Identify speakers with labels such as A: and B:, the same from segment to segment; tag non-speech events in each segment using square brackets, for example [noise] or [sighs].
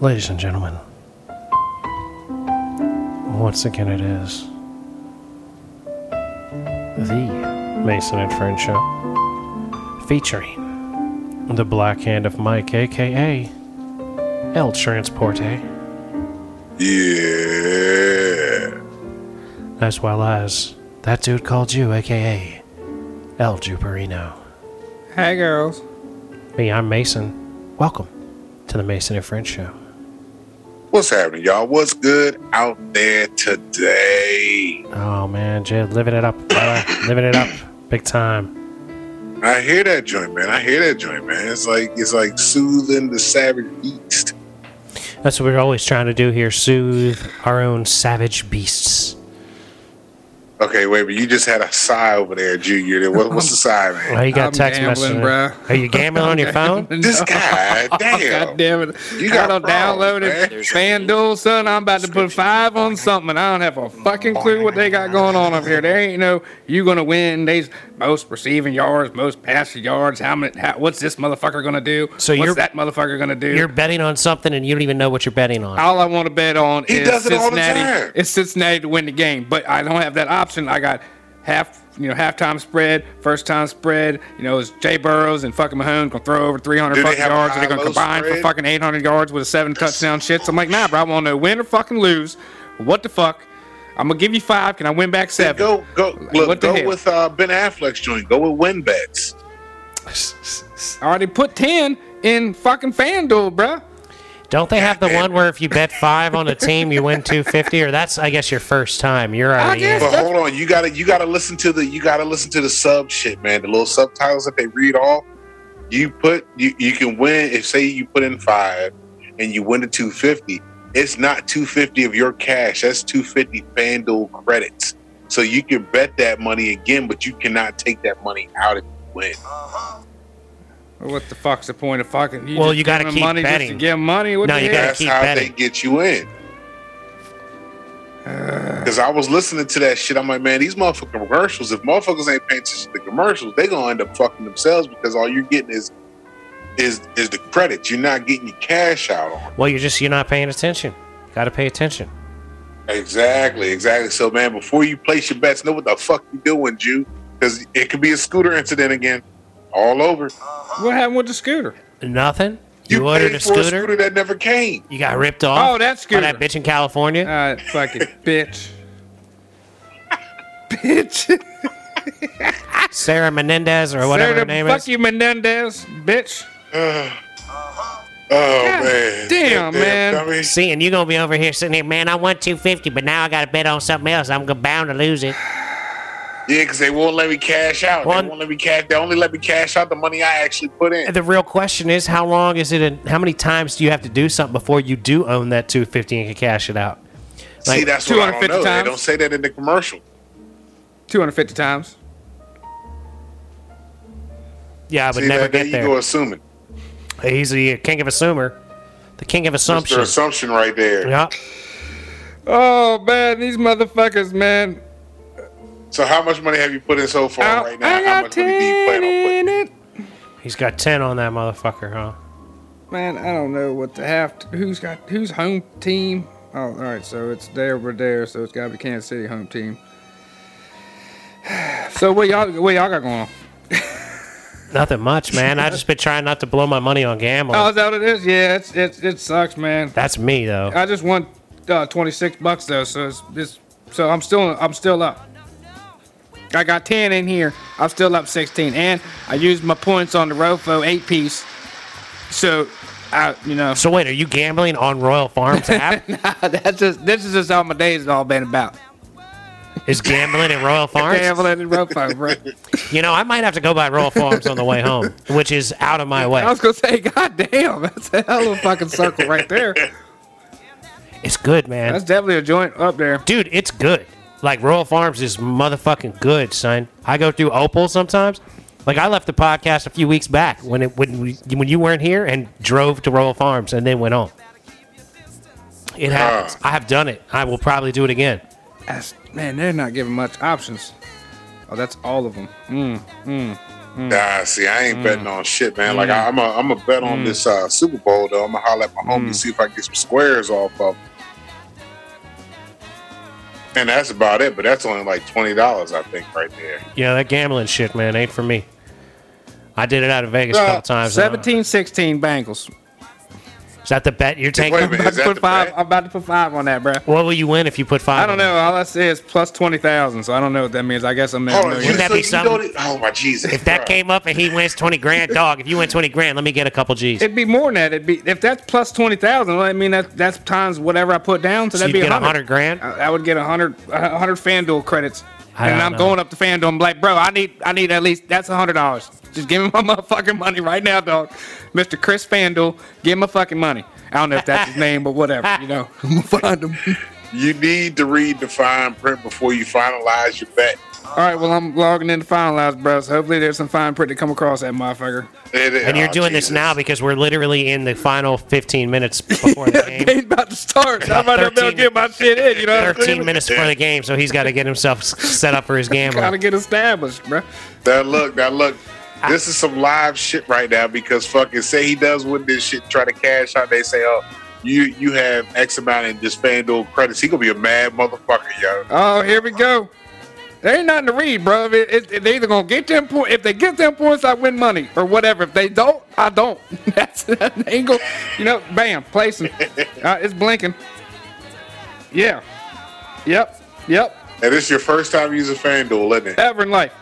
A: Ladies and gentlemen, once again it is the Mason and Friend Show featuring the Black Hand of Mike, aka El Transporte,
B: Yeah.
A: as well as that dude called you, aka El Juperino.
C: Hey, girls.
A: Me, I'm Mason. Welcome to the Mason and Friend Show.
B: What's happening, y'all? What's good out there today?
A: Oh man, Jed, living it up, brother. living it up, big time.
B: I hear that joint, man. I hear that joint, man. It's like it's like soothing the savage beast.
A: That's what we're always trying to do here: soothe our own savage beasts.
B: Okay, wait, but you just had a sigh over there, Junior. What,
C: [laughs]
B: what's the sigh,
A: Oh,
B: man?
A: you got
C: I'm
A: text
C: gambling,
A: messaging.
C: bruh.
A: Are you gambling
C: [laughs]
A: on your phone?
B: This guy,
C: God
B: damn.
C: damn Oh, it.
B: You
C: I
B: got
C: don't
B: fraud,
C: download
B: man.
C: it. FanDuel, son. I'm about to put five on something. I don't have a fucking clue what they got going on up here. There ain't no you gonna win. These most receiving yards, most passing yards. How many? How, what's this motherfucker gonna do?
A: So
C: what's
A: you're-
C: that motherfucker gonna do?
A: You're betting on something and you don't even know what you're betting on.
C: all I want to bet on
B: He
C: is
B: does it all the
C: Cincinnati.
B: time.
C: It's Cincinnati to win the game, but I don't have that option. I got half, you know, halftime spread, first time spread. You know, it's Jay Burrows and fucking Mahomes gonna throw over 300
B: Do they
C: fucking
B: have a
C: yards, and they're
B: high-low
C: gonna combine for
B: spread?
C: fucking 800 yards with a seven touchdown shit. So I'm like, nah, bro, I want to win or fucking lose. What the fuck? I'm gonna give you five. Can I win back seven?
B: Go, go,
C: What
B: look,
C: the
B: go
C: hell?
B: with uh, Ben Affleck's joint. Go with win bets.
C: I already put 10 in fucking FanDuel, bruh.
A: Don't they have the one where if you bet five on a team, you win 250? Or that's, I guess, your first time. You're already
C: guess.
A: in.
B: But hold on, you gotta you gotta listen to the you gotta listen to the sub shit, man. The little subtitles that they read off. You put you, you can win if say you put in five and you win the two fifty. It's not two fifty of your cash. That's two fifty FanDuel credits. So you can bet that money again, but you cannot take that money out if you win.
C: What the fuck's the point of fucking?
A: Well,
C: just
A: you gotta
C: giving
A: keep
C: money Just
A: betting.
C: to give money. What
A: No,
C: the
A: you
C: hell?
A: gotta
B: That's
A: keep
B: how
A: betting.
B: they get you in. Because I was listening to that shit, I'm like, man, these motherfucking commercials. If motherfuckers ain't paying attention to the commercials, they gonna end up fucking themselves because all you're getting is is is the credits. You're not getting your cash out on.
A: Well, you're just, you're not paying attention. Got to pay attention.
B: it. Exactly, exactly. So, man, before you place your bets, know what the fuck you doing, Jew? Because it could be a scooter incident again, all over.
C: What happened with the scooter?
A: Nothing? You,
B: paid
A: ordered a
B: for
A: scooter?
B: scooter that never [sighs] came.
A: You got ripped off?
C: Oh,
A: by
C: that
A: that
C: scooter.
A: bitch in California?
C: Uh,
A: [laughs]
C: fucking bitch. bitch.
A: Sarah Menendez or whatever
C: Sarah,
A: her name
C: fuck
A: is.
C: you, Menendez, bitch.
B: Oh man,
C: damn, man.
B: Tommy.
A: See, and you gonna be over here sitting here, man. I won two fifty, but now I gotta bet on something else. I'm gonna bound to lose it.
B: Yeah, because they won't let me cash out.
A: One-
B: they won't let me cash. They only let me cash out the money I actually put in.
A: The real question is, how long is it? In, how many times do you have to do something before you do own that two fifty and can cash it out?
B: See,
A: Like,
B: that's what I don't
C: 250
B: know.
C: times?
B: They don't say that in the commercial.
C: 250 times.
A: yeah, I would
B: See,
A: never
B: that, there
A: get
B: you
A: there.
B: go assuming.
A: He's the king of assumer, the king of
B: That's their
A: assumption.
B: assumption right there.
A: Yup.
C: Oh, man, these motherfuckers, man.
B: So how much money have you put in so far
C: I,
B: right now?
C: I
B: how
C: got
B: much money do you
C: 10
B: plan on putting?
C: in it.
A: he's got ten on that motherfucker, huh?
C: Man, I don't know what to have. To, who's got who's home team? Oh, all right, so it's there over there, so it's gotta be Kansas City home team. [sighs] So what y'all what y'all got going on?
A: Nothing much, man. I just been trying not to blow my money on gambling.
C: Oh, is that what it is? Yeah, it's, it's it sucks, man.
A: that's me though.
C: I just won uh, 26 bucks though, so it's, it's so I'm still I'm still up. I got 10 in here. I'm still up 16, and I used my points on the Rofo eight piece. So, I you know [laughs]
A: so wait, are you gambling on Royal Farms [laughs] app?
C: that's just this is just all my days has all been about.
A: is gambling in Royal Farms?
C: Gambling and Rofo, bro.
A: You know, I might have to go by Royal Farms on the way home, which is out of my way.
C: I was gonna say, God damn, that's a hell of a fucking circle right there.
A: It's good, man.
C: That's definitely a joint up there.
A: Dude, it's good. Like Royal Farms is motherfucking good, son. I go through Opal sometimes. Like I left the podcast a few weeks back when it when we, when you weren't here and drove to Royal Farms and then went home.
B: Ah.
A: It happens. I have done it. I will probably do it again.
C: That's, man, they're not giving much options. Oh, that's all of them. Mm, mm,
B: Nah, see, I ain't betting on shit, man.
A: Mm.
B: Like I, I'm a, I'm a bet on this uh, Super Bowl though. I'm gonna holler at my
A: Mm.
B: homie see if I can get some squares off of. 'em. And that's about it. But that's only like twenty dollars, I think, right there.
A: Yeah, that gambling shit, man, ain't for me. I did it out of Vegas a
B: Uh,
A: couple times. and I-
C: 17 16 Bengals.
A: Is that the bet you're
B: Wait a [laughs]
A: taking?
B: minute.
C: I'm about
B: is
C: to
B: that
C: put
B: the
C: five.
B: bet?
C: I'm about to put five on that, bro.
A: What will you win if you put five?
C: I don't
A: on
C: know.
A: it?
C: All I see is plus twenty thousand, so I don't know what that means. I guess I'm in.
B: Oh,
C: a
B: you,
A: Wouldn't
C: million.
A: that
B: so
A: be
B: you know
A: something?
B: that- oh my Jesus!
A: If that
B: bruh.
A: came up and he wins twenty grand, dog. If you win twenty grand, let me get a couple G's.
C: It'd be more than that. It'd be if that's plus twenty thousand. Well, I mean that that's times whatever I put down, so,
A: so
C: that'd
A: you
C: be
A: get
C: a
A: hundred grand.
B: Oh,
C: I, I would get a hundred a hundred FanDuel credits,
A: I
C: and
A: don't
C: I'm
A: know.
C: going up to FanDuel. I'm like, bro, I need I need at least that's a hundred dollars. Just give me [laughs] my motherfucking money right now, dog. Mister Chris FanDuel, give me my fucking money. I don't know if
A: [laughs]
C: that's his name, but whatever, you know. I'm gonna find him.
B: You need to read the fine print before you finalize your bet.
C: All right, well I'm logging in to finalize, bro. So hopefully there's some fine print to come across that [laughs] motherfucker.
B: It-
A: And you're
B: oh,
A: doing this
B: Jesus.
A: now because we're literally in the final 15
C: [laughs]
A: minutes before the game.
C: Game's about to start. so I might not be able
A: 13
C: to get my shit in, you know. what I'm saying?
A: 13 minutes before the game, so he's got to get himself s- set up for his
C: [laughs] Gotta
A: gambling.
C: get established, bro.
B: That look, that look. This is some live shit right now because fucking say he does win this shit, try to cash out. They say, oh, you you have X amount in this FanDuel credits. He gonna be a mad motherfucker, yo.
C: Oh, here we go. There ain't nothing to read, bro. It, it, it- they either gonna get them points. If they get them points, I win money or whatever. If they don't, I don't. [laughs] That's that ain't gonna, you know. Bam, [laughs] placing. Uh, it's blinking. Yeah. Yep. Yep.
B: And this is your first time using FanDuel, isn't it?
C: Ever in life,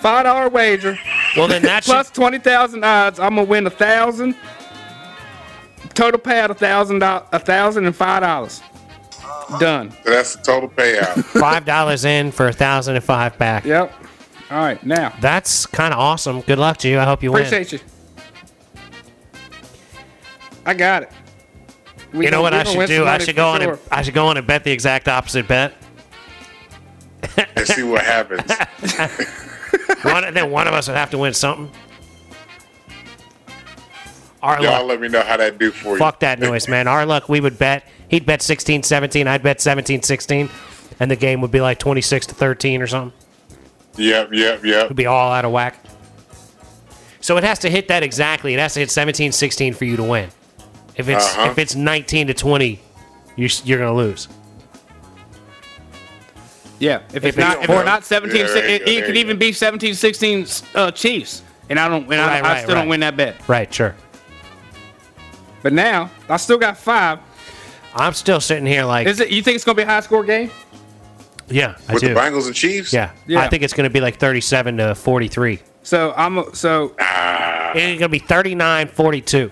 C: five dollar wager
A: Well, then that's
C: plus twenty thousand odds. I'm gonna win a thousand. Total payout a thousand dollars, a thousand and five dollars.
B: Uh-huh.
C: Done.
B: So that's the total payout.
A: five dollars in for a thousand and five back.
C: Yep. All right. Now,
A: That's kind of awesome. Good luck to you. I hope you win.
C: Appreciate you. I got it. We
A: You know
C: gonna-
A: what
C: we
A: I
C: gonna
A: should
C: win some
A: do? I
C: money
A: should
C: for
A: go on
C: sure.
A: and I should go on and bet the exact opposite bet.
B: and see what
A: [laughs]
B: happens.
A: One, then one of us would have to win something. Our
B: Y'all
A: luck.
B: let me know how that do for you.
A: Fuck that noise, man. Our luck, we would bet. He'd bet 16 17. I'd bet 17 16. And the game would be like 26 to 13 or something.
B: Yep, yep, yep.
A: It'd be all out of whack. So it has to hit that exactly. It has to hit 17 16 for you to win. If it's
B: Uh-huh.
A: if it's 19 to 20, you're, s- you're going to lose.
C: Yeah, if it's
A: we
C: not,
A: don't
C: if we're
B: know.
C: not 17,
B: Yeah, there you
C: it,
B: go,
C: it
B: there
C: could
B: you
C: even
B: go.
C: be 17, 16 uh, Chiefs, and I don't, and I,
A: Right,
C: I
A: right,
C: still
A: right.
C: don't win that bet.
A: Right, sure.
C: But now I still got five.
A: I'm still sitting here like,
C: Is it? You think it's gonna be a high score game?
A: yeah, I
B: With the
A: do.
B: Bengals and Chiefs?
A: Yeah. I
C: Yeah.
A: think it's going to be like 37 to 43.
C: So I'm a- so
B: Ah,
A: It's going to be 39 42.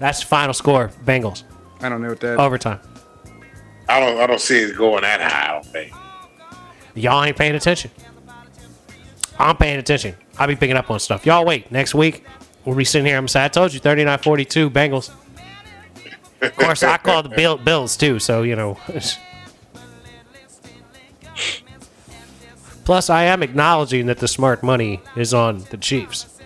A: That's the final score, Bengals.
C: I don't know what that.
A: Overtime.
B: I don't I don't see it going that high, I don't think.
A: Y'all ain't paying attention. I'm paying attention. I'll be picking up on stuff. Y'all wait. Next week, we'll be sitting here. I'm saying, I told you, 39-42, Bengals. Of course, I called the Bill, Bills, too, so, you know. [laughs] Plus, I am acknowledging that the smart money is on the Chiefs.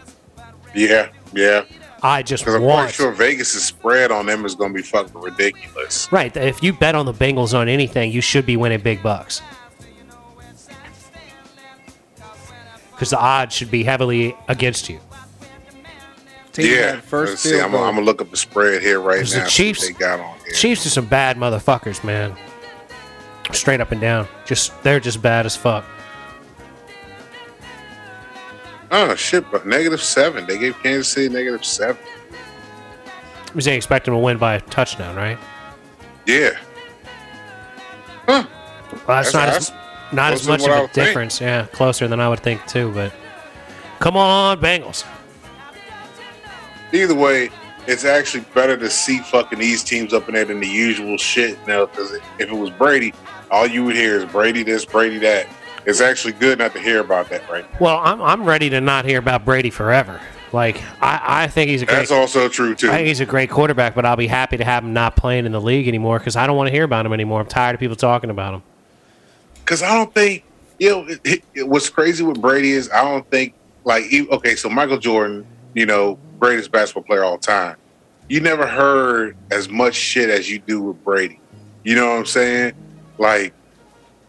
B: Yeah, yeah.
A: I just
B: Because I'm
A: want...
B: pretty sure Vegas' spread on them is gonna be fucking ridiculous.
A: Right, if you bet on the Bengals on anything, you should be winning big bucks. Because the odds should be heavily against you.
C: Team
B: yeah.
C: had first
B: Let's see,
C: field
B: I'm gonna
C: goal.
B: I'm gonna look up the spread here right
A: It's
B: now.
A: the Chiefs.
B: see what They got on here.
A: Chiefs are some bad motherfuckers, man. Straight up and down. Just they're just bad as fuck.
B: Oh shit, but negative seven. They gave Kansas City negative seven.
A: Was they expecting to win by a touchdown, right?
B: Yeah. Huh.
A: Well, that's, not
B: That's- that's
A: as not as
B: closer
A: much
B: than what I
A: of a
B: would think.
A: difference. Yeah, closer than I would think too. But come on, Bengals.
B: Either way, it's actually better to see fucking these teams up in there than the usual shit now. Because if it was Brady, all you would hear is Brady this, Brady that. It's actually good not to hear about that right now.
A: Well, I'm I'm ready to not hear about Brady forever. Like I, I think he's a great
B: That's also true too.
A: I think he's a great quarterback, but I'll be happy to have him not playing in the league anymore because I don't want to hear about him anymore. I'm tired of people talking about him.
B: because I don't think you know it, it- it- what's crazy with Brady is I don't think like e- okay, so Michael Jordan, you know, greatest basketball player all time. You never heard as much shit as you do with Brady. You know what I'm saying? Like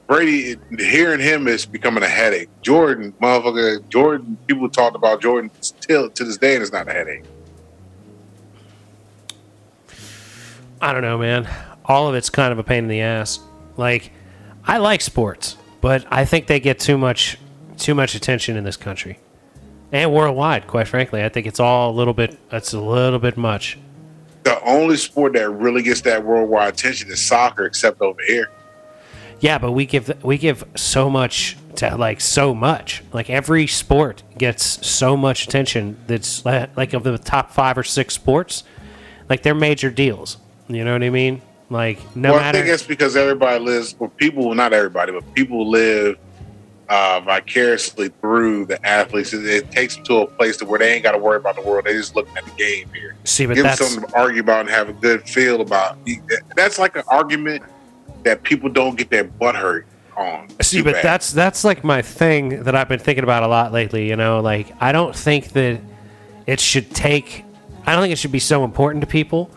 B: Brady, hearing him is becoming a headache. Jordan, motherfucker, Jordan. People talked about Jordan still to this day, and it's not a headache.
A: I don't know, man. All of it's kind of a pain in the ass. Like, I like sports, but I think they get too much too much attention in this country and worldwide. Quite frankly, I think it's all a little bit. It's a little bit much.
B: The only sport that really gets that worldwide attention is soccer, except over here.
A: Yeah, but we give we give so much to like so much. Like every sport gets so much attention. That's li- like of the top five or six sports, like they're major deals. You know what I mean? Like no
B: well, I
A: matter.
B: think it's because everybody lives, well, people, not everybody, but people live uh, vicariously through the athletes. It, it takes them to a place to where they ain't got to worry about the world. They just looking at the game here.
A: see, but
B: Give them
A: that's
B: something to argue about and have a good feel about. That's like an argument that people don't get their butt hurt on.
A: [laughs] See,
B: too
A: but
B: bad.
A: that's that's like my thing that I've been thinking about a lot lately. You know, like I don't think that it should take. I don't think it should be so important to people,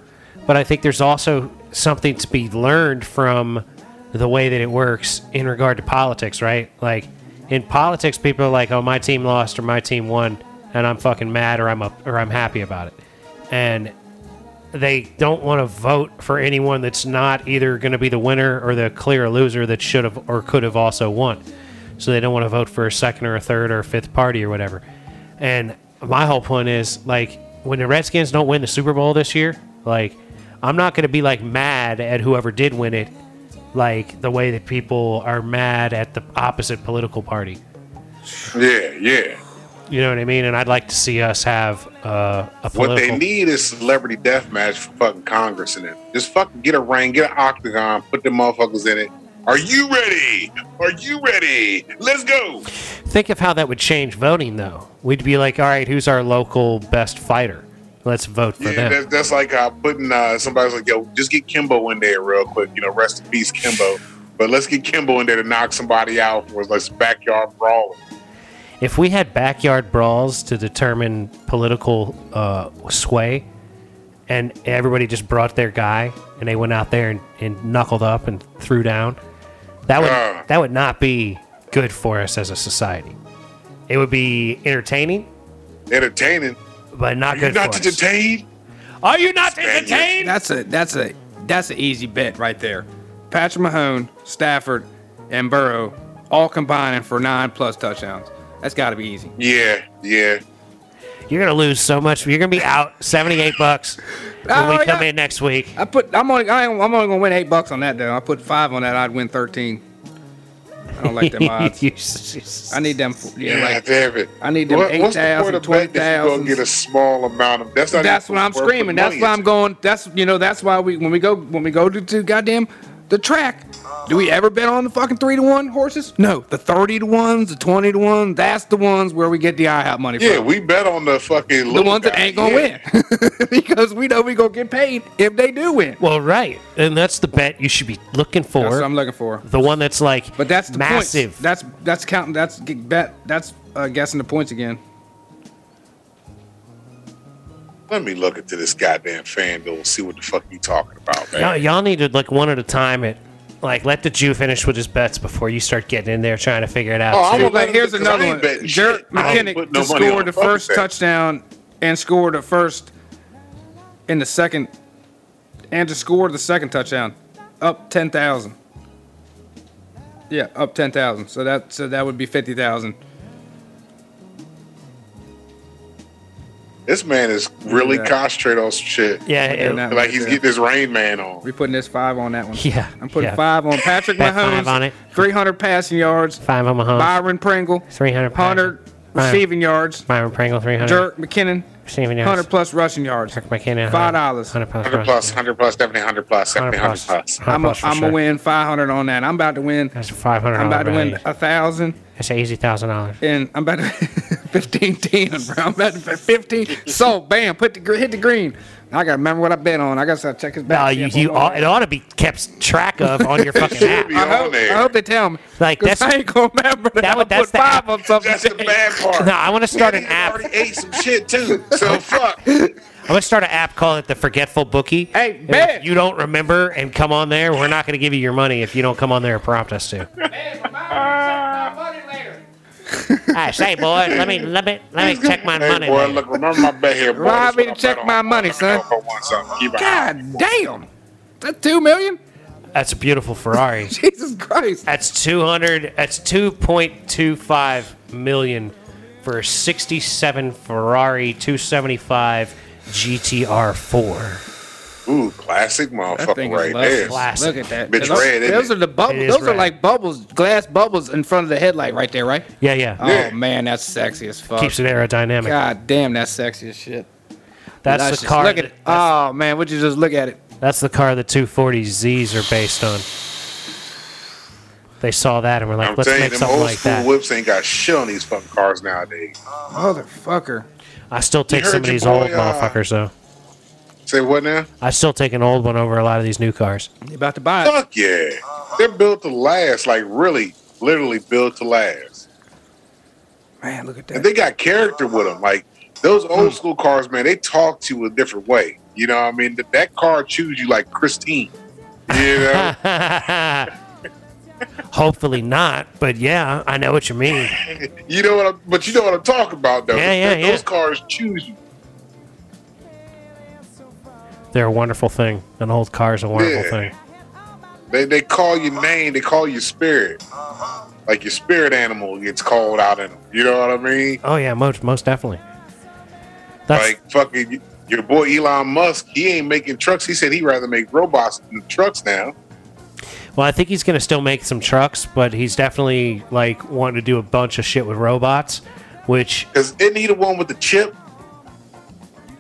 A: but I think there's also something to be learned from the way that it works in regard to politics, right? Like in politics, people are like, "Oh, my team lost or my team won," and I'm fucking mad or I'm up or I'm happy about it, and they don't want to vote for anyone that's not either going to be the winner or the clear loser that should have or could have also won. So they don't want to vote for a second or a third or a fifth party or whatever. And my whole point is like when the Redskins don't win the Super Bowl this year, like I'm not going to be like mad at whoever did win it like the way that people are mad at the opposite political party.
B: yeah, yeah.
A: You know what I mean? And I'd like to see us have uh, a political
B: What they need is celebrity death match for fucking Congress in it. Just fucking get a ring, get an octagon, put the motherfuckers in it. Are you ready? Are you ready? Let's go.
A: Think of how that would change voting, though. We'd be like, all right, who's our local best fighter? Let's vote for
B: Yeah,
A: them.
B: that, that's like uh, putting uh, somebody's like, yo, just get Kimbo in there real quick. You know, rest in peace, Kimbo. But let's get Kimbo in there to knock somebody out for let's backyard brawl.
A: If we had backyard brawls to determine political uh, sway, and everybody just brought their guy and they went out there and, and knuckled up and threw down, that would
B: Ah.
A: that would not be good for us as a society. It would be entertaining,
B: Entertaining.
A: but not
B: Are you
A: good
B: not
A: for
B: to
A: us.
B: detain?
A: Are you not
B: Spaniard.
A: entertained?
C: That's a that's a that's an easy bet right there. Patrick Mahone, Stafford, and Burrow all combining for nine plus touchdowns. That's got to be easy.
B: Yeah, yeah.
A: You're gonna lose so much. You're gonna be out seventy-eight bucks when we
C: Oh,
A: come
C: yeah.
A: in next week.
C: I put I'm only I ain't- I'm only gonna win eight bucks on that though. I put five on that. I'd win thirteen. I don't like [laughs] them
A: [laughs]
C: odds.
A: You s-
C: I need them. Yeah,
B: Yeah,
C: like
B: damn it.
C: I need them
B: What- what's the
C: 8,000,
B: point of betting if you gonna
C: 20,000?
B: get a small amount of that's not
C: that's
B: even
C: what I'm
B: worth the
C: screaming. That's
B: money.
C: why I'm going. That's you know. That's why we when we go when we go to, to goddamn the track. Do we ever bet on the fucking three to one horses? No, the thirty to ones, the twenty to one. That's the ones where we get the IHOP money
B: Yeah,
C: from.
B: we bet on the fucking
C: the
B: little
C: ones that
B: guy.
C: ain't gonna
B: Yeah.
C: win [laughs] because we know we gonna get paid if they do win.
A: well, right, and that's the bet you should be looking for.
C: That's what I'm looking for.
A: the one that's like,
C: But that's the
A: massive.
C: Points. That's that's counting. That's g- bet. That's uh, guessing the points again.
B: Let me look into this goddamn fan and see what the fuck you talking about, man.
A: y'all, y'all need to look one at a time. At like, let the Jew finish with his bets before you start getting in there trying to figure it out.
B: Oh, I'm
A: too.
B: a-
C: But here's
B: Because
C: another
B: I
C: one.
B: ain't betting
C: Dirk
B: shit. I ain't
C: McKinnon
B: putting no
C: to
B: money
C: score
B: on
C: the
B: the fucking
C: first
B: thing.
C: touchdown and score the first in the second, and to score the second touchdown, up ten thousand. Yeah, up ten thousand. So that so that would be fifty thousand.
B: This man is really
C: Yeah.
B: concentrated on some shit.
A: yeah,
C: we're doing
A: it-
C: that.
B: Like he's
C: Yeah.
B: getting his Rain Man on.
C: We putting this five on that one.
A: [laughs] Yeah,
C: I'm putting
A: yeah.
C: five on Patrick
A: Bet five
C: Mahomes.
A: on it.
C: Three hundred passing yards.
A: five on Mahomes,
C: Byron Pringle.
A: 300 passing.
C: Hundred
A: Byron.
C: receiving yards.
A: Byron Pringle, three hundred,
C: Dirk McKinnon.
A: receiving yards,
C: Hundred plus rushing yards.
A: Dirk McKinnon,
C: Five dollars.
A: hundred plus,
B: 100 plus, 100 plus, definitely 100 plus, definitely 100
A: plus,
B: plus.
A: 100
C: I'm a,
A: plus for
C: I'm
A: sure.
C: gonna win 500 on that. I'm about to win.
A: That's a five hundred.
C: I'm about to win a thousand,
A: That's an easy thousand dollars.
C: and I'm about to [laughs] 15 10, bro. I'm about to [laughs] 15. So bam, put the gr- hit the green. I gotta remember what I bet on. I gotta start checking back.
A: Well, you, you ought, it ought to be kept track of on
B: [laughs]
A: your fucking
B: Should
A: app.
B: be
C: I
B: on
C: hope, I
B: there.
C: hope they tell me.
A: Like,
C: 'cause
A: that's-
C: I ain't gonna remember that.
A: that
C: I
A: would- that's
C: put
A: the
C: five
A: app. [laughs]
C: on something.
B: That's the bad part.
A: No, I want to start an
B: He
A: app.
C: [laughs]
B: Already ate some shit too. So fuck.
A: I'm gonna start an app called it the Forgetful Bookie.
C: Hey,
A: And
C: man.
A: If you don't remember and come on there, we're not gonna give you your money if you don't come on there and prompt us
B: [laughs]
A: to. I say, boy, let me let me let me check my
B: Hey,
A: money.
B: boy,
A: later.
B: look, remember my bet here, boy.
C: Rob
B: That's
C: me
B: what
C: to
B: I bet
C: check
B: on.
C: my money,
B: Let me
C: son.
B: know if I want something. Keep an eye.
C: God damn. That's two million?
A: That's a beautiful Ferrari.
C: Jesus Christ.
A: That's 200. That's 2.25 million for a 67 Ferrari 275 GTR4.
B: Ooh, classic
C: That thing
B: motherfucker right
C: is lovely.
B: there.
A: Classic.
C: Look at that.
B: Bitch
C: those,
B: red, isn't
C: those
B: it?
C: are the
A: It
C: bubbles.
A: is
C: Those are
A: red.
C: like bubbles, glass bubbles in front of the headlight right there, right?
A: Yeah, yeah.
B: Yeah.
C: Oh man, that's sexy as fuck.
A: Keeps it aerodynamic.
C: God damn, that's sexy as shit.
A: that's
C: Luscious.
A: the car.
C: Look at
A: that-
C: it. Oh man, would you just look at it?
A: That's the car the 240Zs are based on. They saw that and were like,
B: I'm
A: let's
B: telling you,
A: make
B: them
A: something
B: old
A: like
B: school
A: that.
B: whips ain't got shit on these fucking cars nowadays.
C: Motherfucker.
A: I still take
B: heard
A: some of
B: your
A: these
B: boy,
A: old
B: uh,
A: motherfuckers, though.
B: Say what now?
A: I still take an old one over a lot of these new
B: [laughs]
A: cars.
C: You about to buy it?
B: Fuck yeah. They're built to last, like really, literally built to last.
C: Man, look at
B: And
C: that.
B: they got character with them. Like those
A: Hmm.
B: old school cars, man, they talk to you a different way. You know what I mean? That, that car choose you like Christine.
A: [laughs]
B: You know?
A: Hopefully not, but yeah, I know what you mean.
B: you know what I'm, but you know what I'm talking about though.
A: Yeah, yeah,
B: those
A: yeah.
B: cars choose you.
A: They're a wonderful thing. An old car is a wonderful
B: Yeah.
A: thing.
B: They they call your name, they call your spirit. Like your spirit animal gets called out in them. You know what I mean?
A: Oh yeah, most most definitely. That's
B: like fucking your boy Elon Musk, he ain't making trucks. He said he'd rather make robots than trucks now.
A: well, I think he's gonna still make some trucks, but he's definitely like wanting to do a bunch of shit with robots, which
B: Cause isn't he the one with the chip?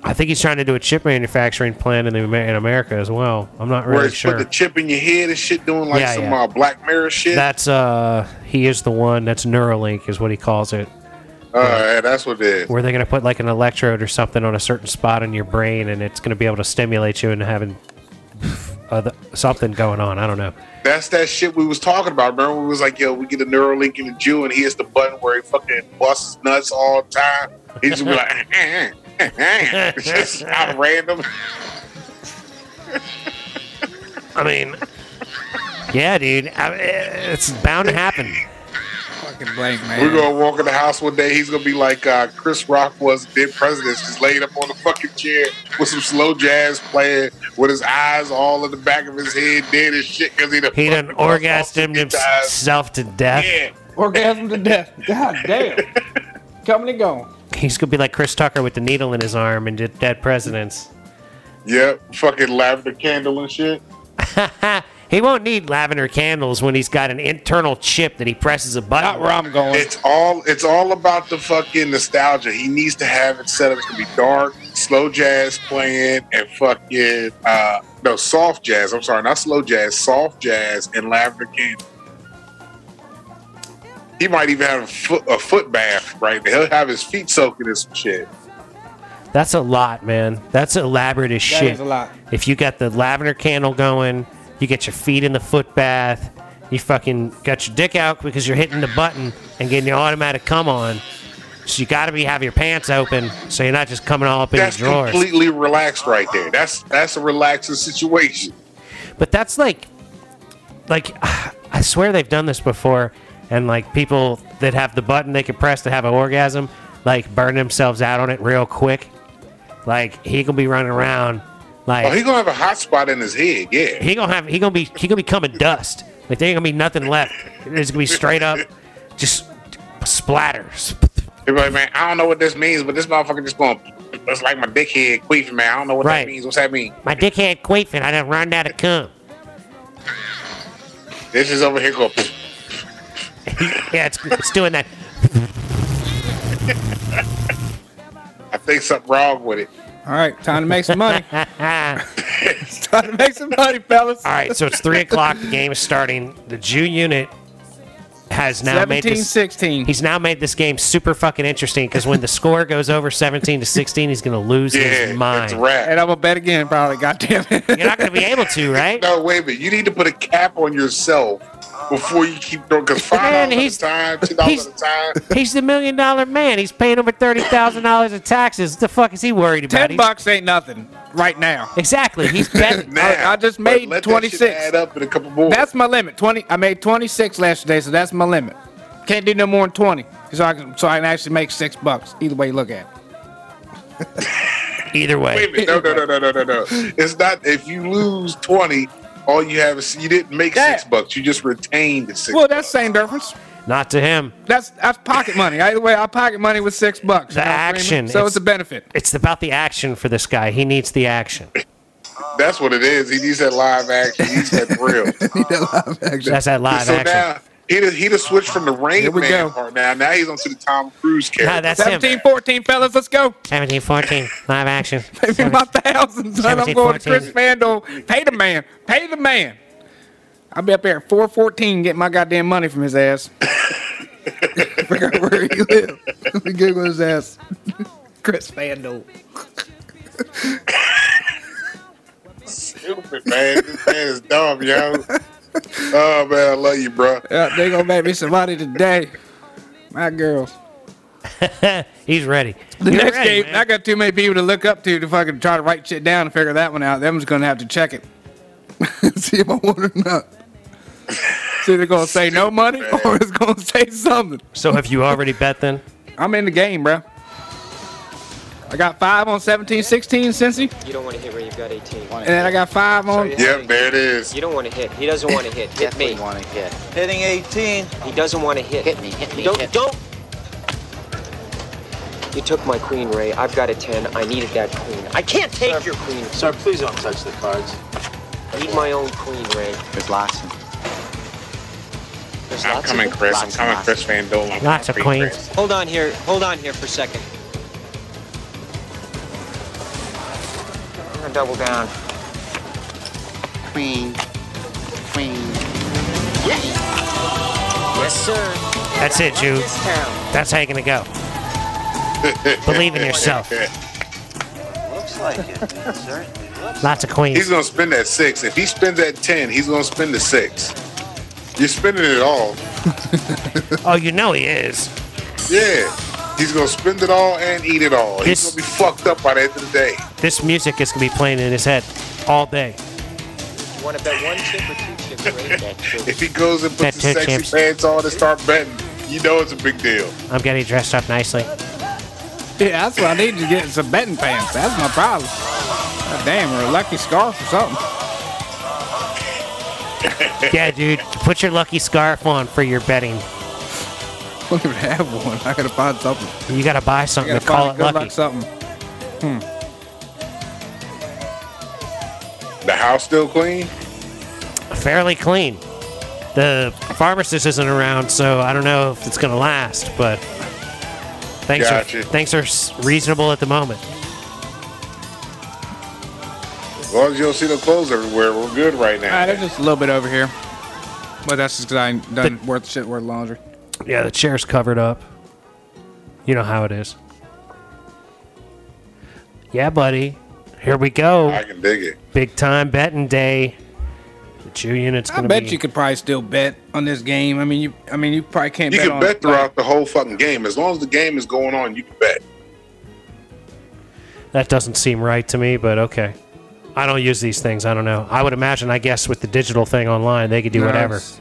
A: I think he's trying to do a chip manufacturing plant in the Amer- in America as well. I'm not
B: Where
A: really
B: it's put
A: sure.
B: the chip in your head and shit, doing like
A: Yeah,
B: some
A: yeah.
B: Uh, Black Mirror shit.
A: That's uh, he is the one. That's Neuralink is what he calls it.
B: All right, Uh, that's what it is.
A: Where they're gonna put like an electrode or something on a certain spot in your brain, and it's gonna be able to stimulate you and having [laughs] other, something going on. I don't know.
B: That's that shit we was talking about. Remember, we was like, yo, we get a Neuralink in the Jew, and he hits the button where he fucking busts nuts all the time. He just be like, [laughs] eh, eh,
A: [laughs]
B: eh, eh. just out random.
A: I mean, yeah, dude, I, it's bound to happen.
C: Fucking blank, man.
B: We're gonna walk in the house one day. He's gonna be like uh, Chris Rock was dead president, just laid up on the fucking chair with some slow jazz playing, with his eyes all in the back of his head, dead as shit because he done
A: He done
B: fucking lost all
A: orgasmed
B: his eyes.
A: himself to death.
B: Yeah,
C: Orgasm to death. God damn.
B: [laughs]
C: Coming and going.
A: He's gonna be like Chris Tucker with the needle in his arm and did dead presidents.
B: yep, fucking lavender candle and shit.
A: [laughs] He won't need lavender candles when he's got an internal chip that he presses a
C: Not
A: button.
C: where I'm going.
B: It's all it's all about the fucking nostalgia. He needs to have it set up. It's gonna be dark, slow jazz playing, and fucking uh, no soft jazz. I'm sorry, not slow jazz, soft jaz and lavender candle. He might even have a foot, a foot bath right there. He'll have his feet soaking in some shit.
A: That's a lot, man. That's elaborate as
C: That
A: shit.
C: is a lot.
A: If you got the lavender candle going, you get your feet in the foot bath, you fucking got your dick out because you're hitting the button and getting the automatic come on. So you got to be have your pants open, so you're not just coming all up in
B: That's
A: your drawers.
B: completely relaxed right there. That's that's a relaxing situation.
A: But that's like, like, [sighs] I swear they've done this before, and like people that have the button they can press to have an orgasm, like burn themselves out on it real quick. Like he gonna be running around, like
B: Oh, he gonna have a hot spot in his head. Yeah,
A: he gonna have he gonna be he gonna be coming dust. Like there ain't gonna be nothing left. It's gonna be straight up, just splatters.
B: he'll be like, man, I don't know what this means, but this motherfucker just going. It's like my dickhead queefing, man. I don't know what
A: Right.
B: that means. What's that mean?
A: My dickhead queefing. I done run out of cum. [laughs]
B: This is over here going.
A: Yeah, it's, it's doing that.
B: I think something wrong with it.
C: All right, time to make
A: [laughs]
C: some money.
A: All
C: It's time to make some money, fellas.
A: right, so it's three o'clock. The game is starting. The Jew unit has now made
C: 17
A: this.
C: 16.
A: He's now made this game super fucking interesting because when the score goes over seventeen to sixteen, he's gonna lose
B: Yeah,
A: his
B: it's
A: mind.
B: a wrap.
C: And I'm going to bet again, probably. God damn
B: [laughs]
C: it.
A: You're not gonna be able to, right?
B: No, wait a minute. You need to put a cap on yourself before you keep doing because five
A: Man,
B: dollars at
A: he's-
B: a time, two dollars
A: he's-
B: at a
C: [laughs]
B: time.
A: He's the million dollar man. He's paying over thirty thousand dollars in taxes. What the fuck is he worried about?
C: Ten
A: He's-
C: bucks ain't nothing right now.
A: Exactly.
B: [laughs]
A: He's betting.
B: Now,
C: I- I just
B: but
C: made
B: let that shit
C: 26.
B: Add up in a couple more.
C: That's my limit. Twenty. I made twenty six last day, so that's my limit. Can't do no more than twenty, so I can so I can actually make six bucks. Either way you look at it.
A: Either
B: Wait a
A: way,
B: minute. No, no, no, no, no, no,
C: [laughs]
B: no. It's not if you lose twenty, all you have is you didn't make
C: Yeah.
B: six bucks. You just retained the six.
C: Well, that's same difference.
A: not to him.
C: That's that's pocket money. Either way, I pocket money with six bucks.
A: The
C: what I'm saying?
A: action,
C: So
A: it's-
C: it's, a benefit.
A: It's about the action for this guy. He needs the action.
B: That's what it is. He needs that live action. He needs that thrill.
C: [laughs]
D: Need that live action.
A: That's that live
B: so
A: action.
B: now he done, he done switched from the rain
C: Here we
B: man
C: go.
B: part now. Now he's onto the Tom Cruise character.
A: Nah, that's him.
C: 17, 14, fellas, let's go.
A: 17, 14, live
C: [laughs]
A: action.
C: Pay me my thousands, son. I'm
A: 17,
C: going to
A: 14.
C: Chris Fandle. Pay the man. Pay the man. I'll be up there at 414 getting my goddamn money from his [laughs] ass.
D: Figure out where you live. We Google his ass.
C: Chris Fandle.
B: [laughs] stupid, man. This man is dumb,
C: [laughs]
B: yo. Oh man, I love you, bro.
C: Yeah, they gonna make me some money today. My girls.
A: He's ready.
C: The
A: You're
C: next
A: ready,
C: game,
A: man.
C: I got too many people to look up to to fucking try to write shit down and figure that one out. Them's gonna have to check [laughs] it.
D: See if I want it or not.
C: See, they're gonna say no money or it's gonna say something.
A: So have you already bet then?
C: I'm in the game, bro. I got five on 17, 16, Cincy,
E: You don't want to hit where you've got 18.
C: and then I got five on.
F: Sorry.
B: Yep, there it is.
E: You don't want to hit. He doesn't want to hit. Hit me.
F: Want to hit.
G: Hitting 18.
E: He doesn't want to hit.
F: Hit me, hit me,
E: Don't,
F: hit me.
E: don't. You took my queen, Ray. I've got a 10. I needed that queen. I can't take your queen.
G: Sir, please don't touch the cards.
E: I need my own queen, Ray.
F: There's Lawson. There's
B: I'm
F: lots
B: coming,
F: of-
B: Chris. I'm
F: lots
B: coming,
F: and
B: Chris
F: lots.
B: Van Dolan. I'm
A: Lots of
B: coming,
A: queens.
B: Chris.
E: Hold on here. Hold on here for a second. I'm gonna double down.
F: Queen. Queen.
E: Yes, sir.
A: That's it, Jude.
E: This town.
A: That's how you're gonna
C: [laughs]
A: go. Believe in yourself.
G: Looks like it. It certainly looks.
A: Lots of
B: He's
A: queens.
B: gonna spend that six. If he spends that ten, he's gonna spend the six. You're spending it all.
A: Oh, you know he is.
B: Yeah. He's gonna spend it all and eat it all.
A: This-
B: He's gonna be fucked up by the end of the day.
A: This music is gonna be playing in his head all day.
E: You want to bet one chip or two chips, Ray?
B: If he goes and
A: That
B: puts
A: two
B: his sexy
A: champs.
B: pants on and start betting, you know it's a big deal.
A: I'm getting dressed up nicely.
C: Yeah, that's what I need to get some betting pants. That's my problem. God damn, or a lucky scarf or something. [laughs]
A: Yeah, dude, put your lucky scarf on for your betting.
D: I don't even have one. I gotta find something.
A: You gotta buy
C: I
A: something
C: gotta
A: to call
C: find
A: it
C: good
A: lucky.
C: luck something.
B: The house still clean?
A: Fairly clean. The pharmacist isn't around, so I don't know if it's gonna last. But things are
B: Gotcha.
A: things are s- reasonable at the moment.
B: As long as you don't see the clothes everywhere, we're good right now.
C: Alright, there's just a little bit over here. But that's just because I ain't done worth shit worth laundry.
A: Yeah, the chair's covered up. You know how it is. Yeah, buddy. Here we
B: I
A: go.
B: can dig it.
A: Big time betting day. The Jew unit's
C: I
A: gonna
C: bet
A: be.
C: you could probably still bet on this game. I mean, you, I mean, you probably can't.
B: You
C: bet
B: can
C: on,
B: bet throughout the whole fucking game. As long as the game is going on, you can bet.
A: That doesn't seem right to me, but okay. I don't use these things. I don't know. I would imagine, I guess, with the digital thing online, they could do
C: No,
A: whatever.
C: it's-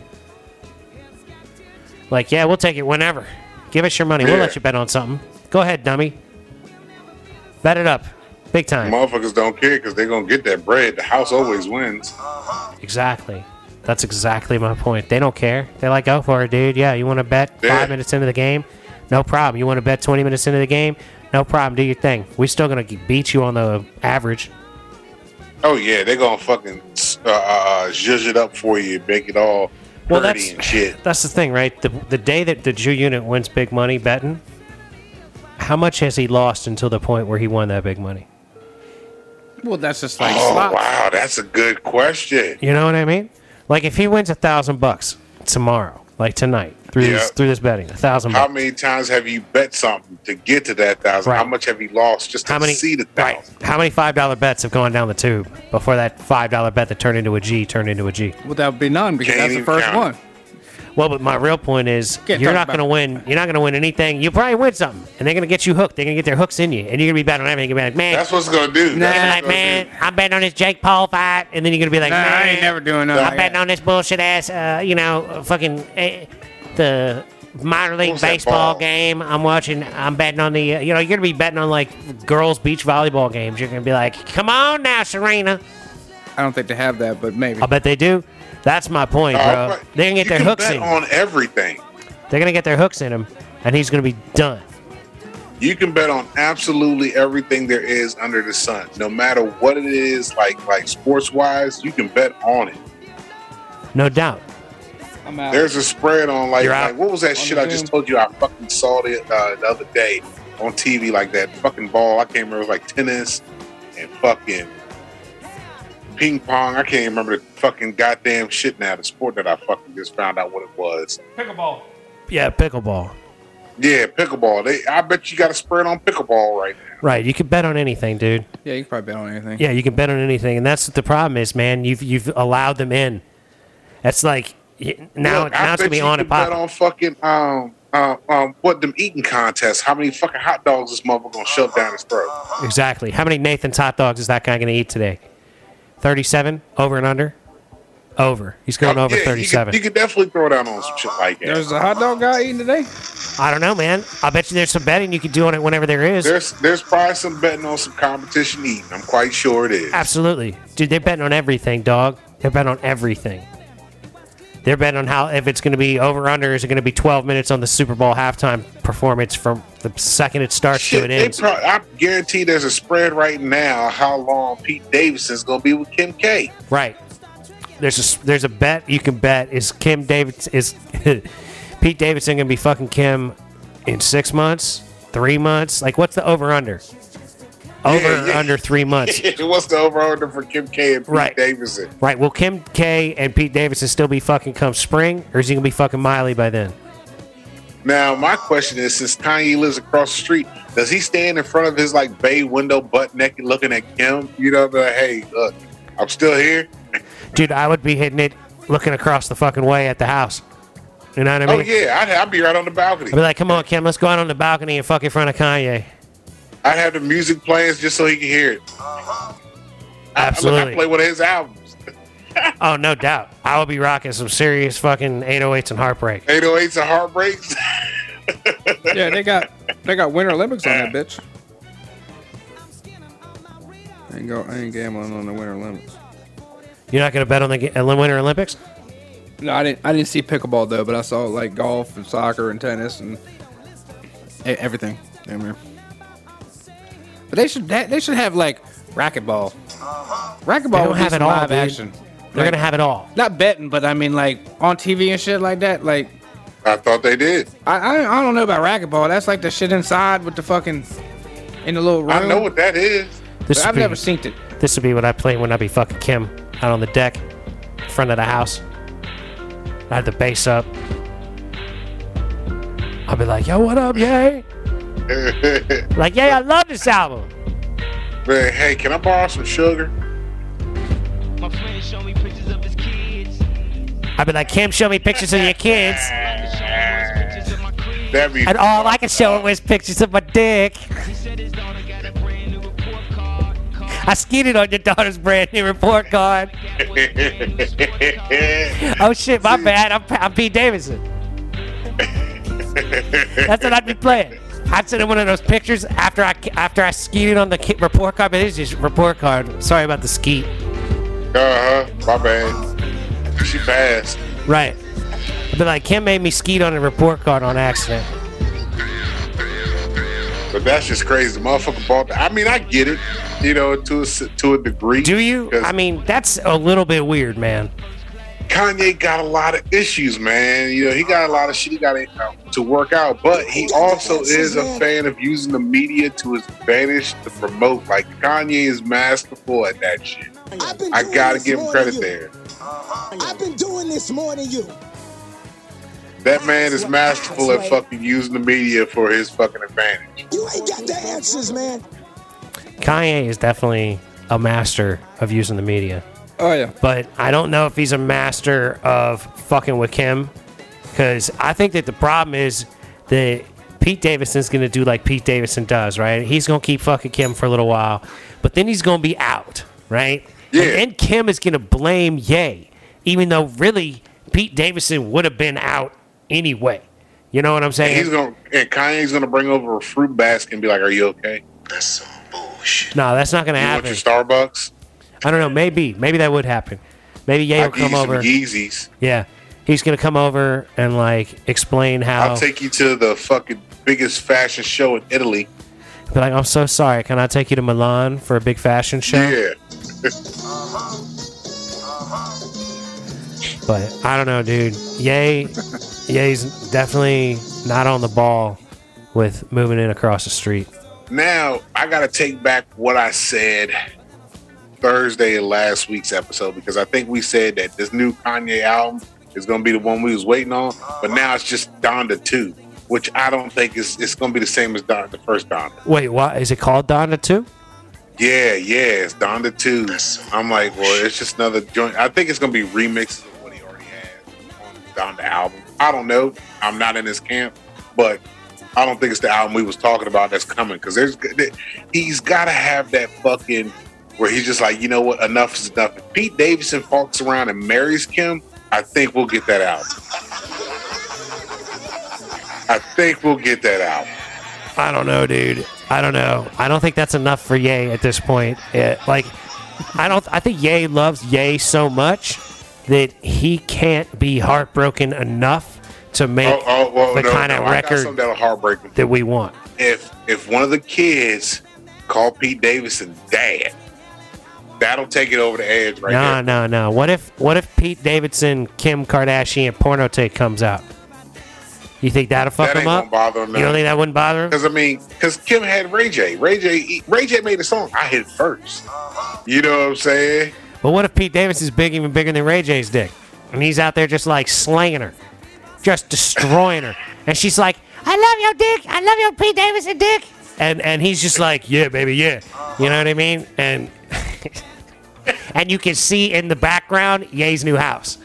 A: Like, yeah, we'll take it whenever. Give us your money. We'll
B: Yeah.
A: let you bet on something. Go ahead, dummy. Bet it up. Big time.
B: Motherfuckers don't care because they're gonna get that bread. The house always wins.
A: Exactly. That's exactly my point. They don't care. They're like, go for it, dude. Yeah, you want to bet
B: Yeah.
A: five minutes into the game? No problem. You want to bet 20 minutes into the game? No problem. Do your thing. We're still going to beat you on the average.
B: Oh yeah, they're gonna fucking uh, uh, zhuzh it up for you, make it all
A: Well,
B: dirty
A: that's-
B: and shit.
A: That's the thing, right? The, the day that the Jew unit wins big money betting, how much has he lost until the point where he won that big money?
C: Well, that's just like
B: Oh
C: slots.
B: wow, that's a good question.
A: You know what I mean? Like if he wins a thousand bucks tomorrow, like tonight, through
B: Yeah.
A: this, through this betting, a thousand
B: How
A: bucks.
B: many times have you bet something to get to that thousand?
A: Right.
B: How much have you lost just to
A: How many?
B: see the
A: Right.
B: thousand?
A: How many five dollar bets have gone down the tube before that five dollar bet that turned into a G turned into a G?
C: Well, that would be none because
B: Oh. Can't
C: that's the
B: even
C: first
B: count it.
C: one.
A: Well, but my real point is,
C: Can't
A: you're
C: talk
A: not
C: about
A: going to win. You're not going to win anything. You'll probably win something, and they're going to get you hooked. They're going to get their hooks in you, and you're going to be betting on everything. You're going to be like, man,
B: That's what's gonna do.
C: Nah,
B: That's
A: you're gonna be
B: what's
A: like,
B: gonna
A: man,
B: do.
A: I'm betting on this Jake Paul fight, and then you're going to be like,
C: Nah,
A: man,
C: I ain't never doing nothing
A: I'm
C: like
A: betting
C: that.
A: on this bullshit ass, uh, you know, uh, fucking uh, the minor league
B: was that
A: baseball
B: ball?
A: game. I'm watching. I'm betting on the. Uh, you know, you're gonna be betting on like girls beach volleyball games. You're gonna be like, come on now, Serena.
C: I don't think they have that, but maybe.
A: I bet they do. That's my point,
B: Nah,
A: bro.
B: Uh, but
A: They're gonna
B: you
A: get their
B: can
A: hooks
B: bet
A: in.
B: on everything.
A: They're gonna get their hooks in him, and he's gonna be done.
B: You can bet on absolutely everything there is under the sun, no matter what it is. Like like sports wise, you can bet on it.
A: No doubt.
C: I'm out.
B: There's a spread on like,
A: You're out.
B: like what was that
C: the
B: shit I
C: Zoom.
B: just told you? I fucking saw it uh, the other day on TV like that fucking ball. I can't remember it was like tennis and fucking ping pong. I can't remember the fucking goddamn shit now. The sport that I fucking just found out what it was.
C: pickleball.
A: Yeah, pickleball.
B: Yeah, pickleball. They, I bet you got a spread on pickleball right now.
A: Right, you can bet on anything, dude.
C: Yeah, you can probably bet on anything.
A: Yeah, you can bet on anything, and that's what the problem is, man. You've you've allowed them in. That's like y- now
B: Look, I
A: now it's gonna
B: bet
A: be
B: you
A: on
B: can
A: and pop.
B: Bet on fucking um um um what them eating contests. How many fucking hot dogs this motherfucker gonna shove down his throat?
A: Exactly. How many Nathan's hot dogs is that guy gonna eat today? Thirty-seven over and under. Over. He's going
B: Oh,
A: over
B: yeah, you could-
A: thirty-seven.
B: You could definitely throw down on some shit like that.
C: There's a hot dog guy eating today.
A: I don't know, man. I bet you there's some betting you could do on it whenever there is.
B: There's there's probably some betting on some competition eating. I'm quite sure it is.
A: Absolutely. Dude, they're betting on everything, dog. They're betting on everything. They're betting on how if it's going to be over under is it going to be 12 minutes on the Super Bowl halftime performance from the second it starts to
B: Shit,
A: it
B: they
A: ends.
B: pro- I guarantee there's a spread right now how long Pete Davidson's gonna be with Kim K. [laughs]
A: right. There's a s- there's a bet you can bet is Kim Davids is [laughs] Pete Davidson going to be fucking Kim in 6 months, 3 months? Like what's the over under? Over
B: Yeah, yeah.
A: under 3
B: [laughs]
A: months.
B: it was the over under for Kim K and Pete
A: Right.
B: Davidson.
A: Right. Will Kim K and Pete Davidson still be fucking come spring or is he going to be fucking Miley by then?
B: Now, my question is, since Kanye lives across the street, does he stand in front of his like bay window, butt naked, looking at Kim? You know, be like, hey, look, I'm still here.
A: Dude, I would be hitting it looking across the fucking way at the house. You know what I mean?
B: oh yeah, I'd, I'd be right on the balcony.
A: I'd be like, come on, Kim, let's go out on the balcony and fuck in front of Kanye.
B: I'd have the music playing just so he can hear it. I, look, I
A: Absolutely.
B: play one of his albums,
A: Oh, no doubt. I would be rocking some serious fucking 808s and heartbreak.
B: 808s and Heartbreaks. [laughs]
C: yeah, they got they got Winter Olympics on that bitch. I ain't go. I ain't gambling on the Winter Olympics.
A: You're not going to bet on the ga- uh, Winter Olympics?
C: No, I didn't. I didn't see pickleball though, but I saw like golf and soccer and tennis and e- everything. Damn near. But they should they they should have like racquetball.
A: They
C: Racquetball
A: don't
C: would
A: have
C: have be
A: it
C: some
A: all,
C: live
A: dude.
C: action.
A: They're going to have it all.
C: Not betting, but I mean like on TV and shit like that. Like
B: I thought they did.
C: I I, I don't know about racquetball. That's like the shit inside with the fucking in the little room.
B: I know what that is. [laughs]
A: This
C: But
A: would
C: I've
A: be,
C: never seen it.
A: This would be what I play when I be fucking Kim out on the deck in front of the house. I had the bass up. I'd be like, yo, what up, yay?
B: Man,
A: Like, yay, I love this album.
B: hey, can I borrow some sugar?
H: My friend showed me pictures of his kids.
A: I'd be like, Kim, show me pictures of your kids.
H: Pictures of my crib.
B: That'd be
A: And
B: [laughs]
A: all I could show him was pictures of my dick.
H: He said his daughter got a brand new report card. Called
A: I skeeted on your daughter's brand new report card.
H: that was a brand new sports car.
A: Oh shit, my bad. I'm, I'm Pete Davidson. That's what I'd be playing. I'd send him one of those pictures after I after I skeeted on the ki- report card. But it's just report card. Sorry about the skeet.
B: uh huh. My bad. She passed.
A: Right. I'd be like, Kim made me skeet on a report card on accident.
B: But that's just crazy. The motherfucker bought. The, I mean, I get it, you know, to a s- to a degree.
A: Do you?
B: 'Cause
A: I mean, that's a little bit weird, man.
B: Kanye got a lot of issues, man. You know, he got a lot of shit he got to- to work out. But he also is a fan of using the media to his advantage to promote. Like Kanye is masterful at that shit.
I: I've been
B: I
I: doing
B: gotta
I: this
B: give him
I: more
B: credit
I: than you.
B: there.
I: I've been doing this more than you.
B: That man is masterful at fucking using the media for his fucking advantage.
I: You ain't got the answers, man.
A: Kanye is definitely a master of using the media.
C: Oh yeah.
A: but I don't know if he's a master of fucking with Kim Because I think that the problem is that Pete Davidson's going to do like Pete Davidson does, right? He's going to keep fucking Kim for a little while, but then he's going to be out, right?
B: Yeah.
A: And then Kim is going to blame Ye, even though really Pete Davidson would have been out anyway. You know what I'm saying?
B: And he's gonna and Kanye's gonna bring over a fruit basket and be like, "Are you okay?
G: That's some bullshit.
A: no, that's not going to
B: You want
A: happen.
B: your Starbucks?
A: I don't know. Maybe. Maybe that would happen. Maybe Ye
B: I'll
A: will
B: give
A: come
B: you
A: over.
B: some Yeezys.
A: Yeah. He's going to come over and like explain how.
B: I'll take you to the fucking biggest fashion show in Italy.
A: be like, I'm so sorry. Can I take you to Milan for a big fashion show?
B: Yeah,
A: But I don't know, dude. Yay. Ye's definitely not on the ball with moving in across the street.
B: Now I gotta take back what I said Thursday in last week's episode because I think we said that this new Kanye album is gonna be the one we was waiting on, but now it's just Donda Two, which I don't think is it's gonna be the same as Don, the first Donda.
A: Wait, what? Is it called Donda 2?
B: Yeah, yeah, it's Donda 2.
G: That's-
B: I'm like, well, it's just another joint. I think it's gonna be remixes of what he already had on the Donda album. I don't know. I'm not in his camp, but I don't think it's the album we was talking about that's coming because there's he's gotta have that fucking where he's just like, you know what, enough is enough. If Pete Davidson fucks around and marries Kim, I think we'll get that album. I think we'll get that album.
A: I don't know, dude. I don't know. I don't think that's enough for Ye at this point. Yeah, like, I don't. I think Ye loves Ye so much that he can't be heartbroken enough to make
B: Oh, oh, well,
A: the
B: no,
A: kind
B: no,
A: of
B: I got something
A: record
B: that'll heartbreak him.
A: that we want.
B: if if one of the kids call Pete Davidson dad, that'll take it over the edge right
A: no,
B: there.
A: no, no. What if what if Pete Davidson, Kim Kardashian porno tape comes out? You think that'll fuck
B: That
A: him
B: ain't gonna
A: up?
B: bother him.
A: You don't think that wouldn't bother him?
B: Because I mean, because Kim had Ray J. Ray J. Ray J. made a song. I hit first. You know what I'm saying?
A: But what if Pete Davidson's big, even bigger than Ray J's dick, and he's out there just like slanging her, just destroying her, and she's like, "I love your dick. I love your Pete Davidson dick." And and he's just like, "Yeah, baby, yeah." You know what I mean? And [laughs] and you can see in the background Ye's new house.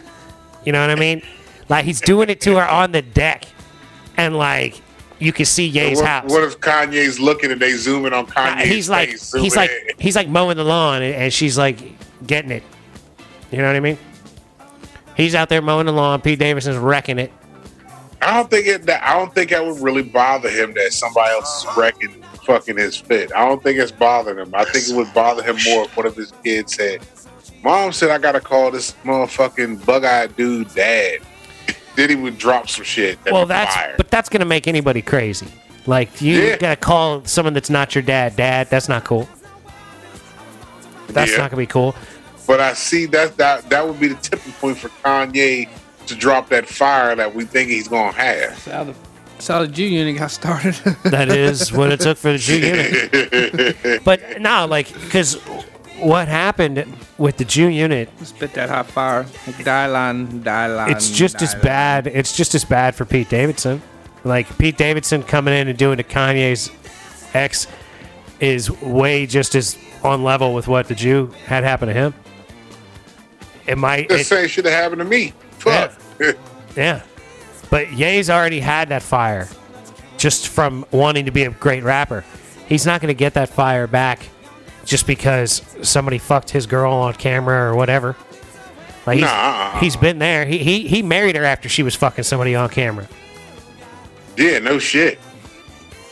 A: You know what I mean? Like he's doing it to her on the deck, and like you can see Ye's
B: What,
A: house.
B: what if Kanye's looking and they zoom in on
A: Uh,
B: Kanye?
A: he's like
B: face, zoom
A: he's
B: in.
A: like he's like mowing the lawn and, and she's like getting it you know what i mean he's out there mowing the lawn pete davidson's wrecking it
B: I don't think it. That, I don't think that would really bother him that somebody else is wrecking fucking his fit. I don't think it's bothering him. I think it would bother him more if one of his kids said, "Mom said I gotta call this motherfucking bug-eyed dude dad." [laughs] then he would drop some shit. That'd
A: well
B: be
A: that's
B: fire.
A: but that's gonna make anybody crazy like you
B: Yeah.
A: gotta call someone that's not your dad dad that's not cool that's
B: Yeah.
A: not gonna be cool
B: But I see that that that would be the tipping point for Kanye to drop that fire that we think he's gonna have.
C: That's how the, that's how the Jew unit got started. [laughs]
A: that is what it took for the Jew unit.
B: [laughs]
A: but no, like, because what happened with the Jew unit
C: Spit that hot fire. Like, die line, die line.
A: it's just
C: die
A: as
C: line.
A: bad. It's just as bad for Pete Davidson. Like Pete Davidson coming in and doing to Kanye's ex is way just as on level with what the Jew had happened to him. It might,
B: The
A: it,
B: same should have happened to me. Fuck.
A: yeah. But Ye's already had that fire, just from wanting to be a great rapper. He's not going to get that fire back, just because somebody fucked his girl on camera or whatever. Like he's,
B: Nah.
A: he's been there. He, he he married her after she was fucking somebody on camera.
B: [laughs] yeah, no shit.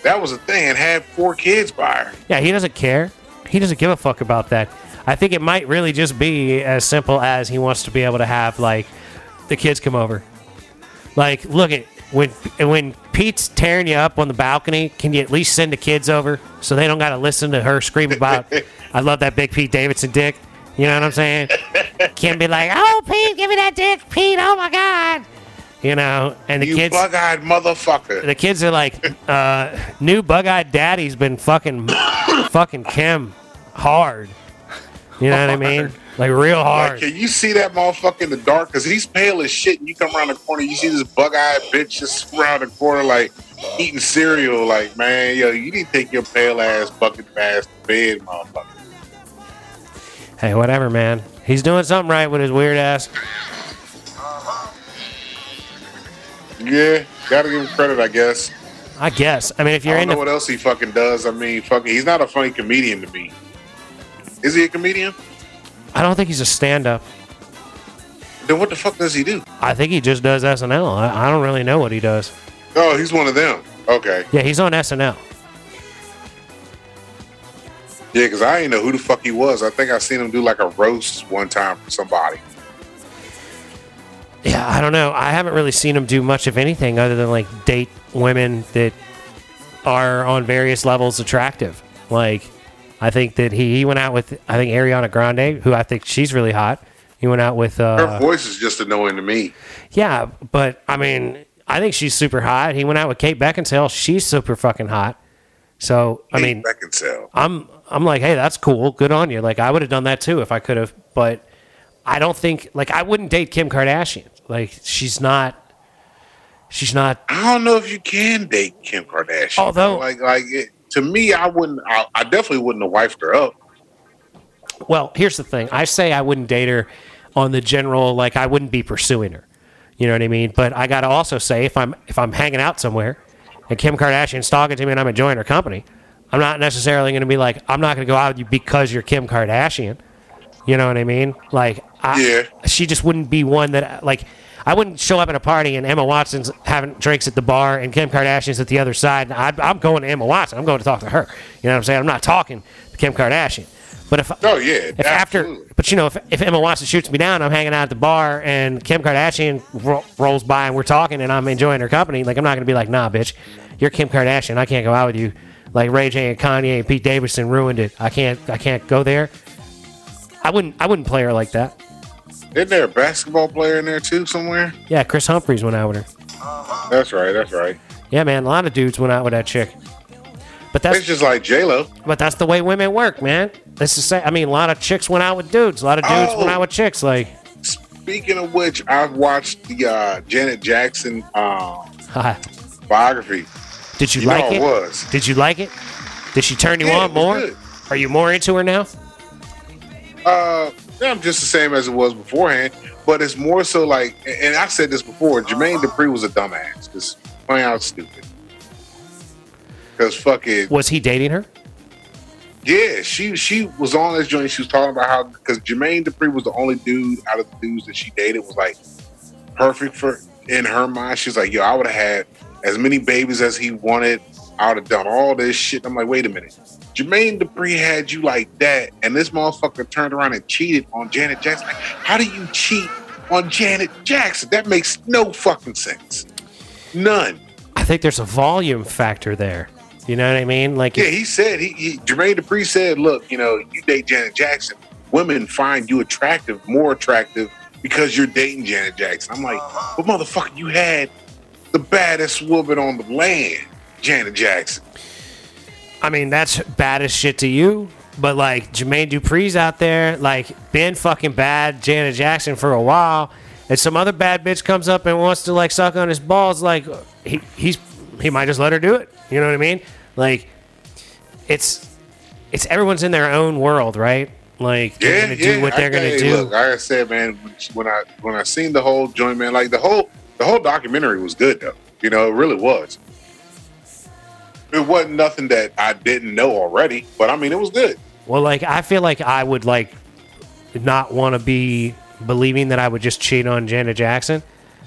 B: That was a thing and had four kids by her.
A: Yeah, he doesn't care. He doesn't give a fuck about that. I think it might really just be as simple as he wants to be able to have like the kids come over. Like, look at when when Pete's tearing you up on the balcony, can you at least send the kids over so they don't got to listen to her scream about I love that big Pete Davidson dick. You know what I'm saying? Can be like, "Oh, Pete, give me that dick, Pete. Oh my god." You know, and the
B: you
A: kids
B: bug-eyed motherfucker.
A: the kids are like, uh, new bug-eyed daddy's been fucking, fucking Kim hard. You know what I mean? Like real
B: Like,
A: hard.
B: can you see that motherfucker in the dark? Because he's pale as shit. And you come around the corner, you see this bug-eyed bitch just around the corner, like eating cereal. Like, man, yo, you need to take your pale ass bucket of ass to bed, motherfucker.
A: Hey, whatever, man. He's doing something right with his weird ass.
B: Yeah, gotta give him credit, I guess.
A: I guess. I mean, if you're
B: I don't
A: in
B: know
A: the
B: what else he fucking does. I mean, fucking, he's not a funny comedian to me. Is he a comedian?
A: I don't think he's a stand up.
B: Then what the fuck does he do?
A: I think he just does SNL. I, I don't really know what he does.
B: Oh, he's one of them. Okay.
A: Yeah, he's on SNL.
B: Yeah, because I didn't know who the fuck he was. I think I seen him do like a roast one time for somebody.
A: Yeah, I don't know. I haven't really seen him do much of anything other than like date women that are on various levels attractive. Like, I think that he, he went out with I think Ariana Grande, who I think she's really hot. He went out with
B: Her
A: uh,
B: voice is just annoying to me.
A: yeah, but I mean, I think she's super hot. He went out with Kate Beckinsale. She's super fucking hot. So I mean,
B: Beckinsale.
A: I'm I'm like, hey, that's cool. Good on you. Like I would have done that too if I could have, but I don't think like I wouldn't date Kim Kardashian. Like she's not she's not
B: I don't know if you can date Kim Kardashian.
A: Although-
B: like, like it, to me, I wouldn't. I, I definitely wouldn't have wifed her up.
A: well, here's the thing. I say I wouldn't date her on the general like I wouldn't be pursuing her. You know what I mean? But I got to also say if I'm if I'm hanging out somewhere and Kim Kardashian's talking to me and I'm enjoying her company, I'm not necessarily going to be like I'm not going to go out with you because you're Kim Kardashian. You know what I mean? Like, I,
B: Yeah.
A: she just wouldn't be one that like I wouldn't show up at a party and Emma Watson's having drinks at the bar and Kim Kardashian's at the other side. And I, I'm going to Emma Watson. I'm going to talk to her. You know what I'm saying? I'm not talking to Kim Kardashian. But if
B: Oh, yeah,
A: if after
B: absolutely.
A: but you know if, if Emma Watson shoots me down, I'm hanging out at the bar and Kim Kardashian ro- rolls by and we're talking and I'm enjoying her company. Like I'm not going to be like, nah, bitch, you're Kim Kardashian. I can't go out with you. Like Ray J and Kanye and Pete Davidson ruined it. I can't I can't go there. I wouldn't I wouldn't play her like that.
B: Isn't there a basketball player in there too somewhere?
A: Yeah, Chris Humphries went out with her.
B: That's right. That's right.
A: Yeah, man, a lot of dudes went out with that chick. But
B: It's
A: that's
B: just like J Lo.
A: but that's the way women work, man. This is say I mean, a lot of chicks went out with dudes. A lot of dudes went
B: Oh.
A: out with chicks. Like, [laughs]
B: Speaking of which, I've watched the uh, Janet Jackson uh,
A: haha.
B: biography.
A: did you,
B: You
A: like
B: know
A: it?
B: it was.
A: Did you like it? Did she turn you
B: Yeah, it
A: on
B: was
A: more?
B: good.
A: Are you more into her now?
B: Uh, yeah, I'm just the same as it was beforehand, but it's more so like, and- and I said this before. Jermaine Dupri was a dumbass, just plain out stupid. Because fucking
A: Was he dating her?
B: Yeah, she she was on this joint. She was talking about how because Jermaine Dupri was the only dude out of the dudes that she dated was like perfect for in her mind. She's like, yo, I would have had as many babies as he wanted. I would have done all this shit. I'm like, wait a minute, Jermaine Dupri had you like that, and this motherfucker turned around and cheated on Janet Jackson. Like, how do you cheat on Janet Jackson? That makes no fucking sense. None.
A: I think there's a volume factor there. You know what I mean? Like,
B: Yeah, he said he, he Jermaine Dupri said, "Look, you know, you date Janet Jackson, women find you attractive, more attractive because you're dating Janet Jackson." I'm like, "But motherfucker, you had the baddest woman on the land, Janet Jackson."
A: I mean, that's bad as shit to you. But like Jermaine Dupri's out there, like been fucking bad Janet Jackson for a while, and some other bad bitch comes up and wants to like suck on his balls, like he he's he might just let her do it. You know what I mean? Like it's it's everyone's in their own world, right? Like they're
B: Yeah,
A: gonna
B: yeah.
A: do what
B: I
A: they're gonna
B: tell
A: do.
B: you, Look, like I said, man, when I when I seen the whole joint, man, like the whole the whole documentary was good though. You know, it really was. It wasn't nothing that I didn't know already, but I mean, it was good.
A: Well, like I feel like I would like not want to be believing that I would just cheat on Janet Jackson,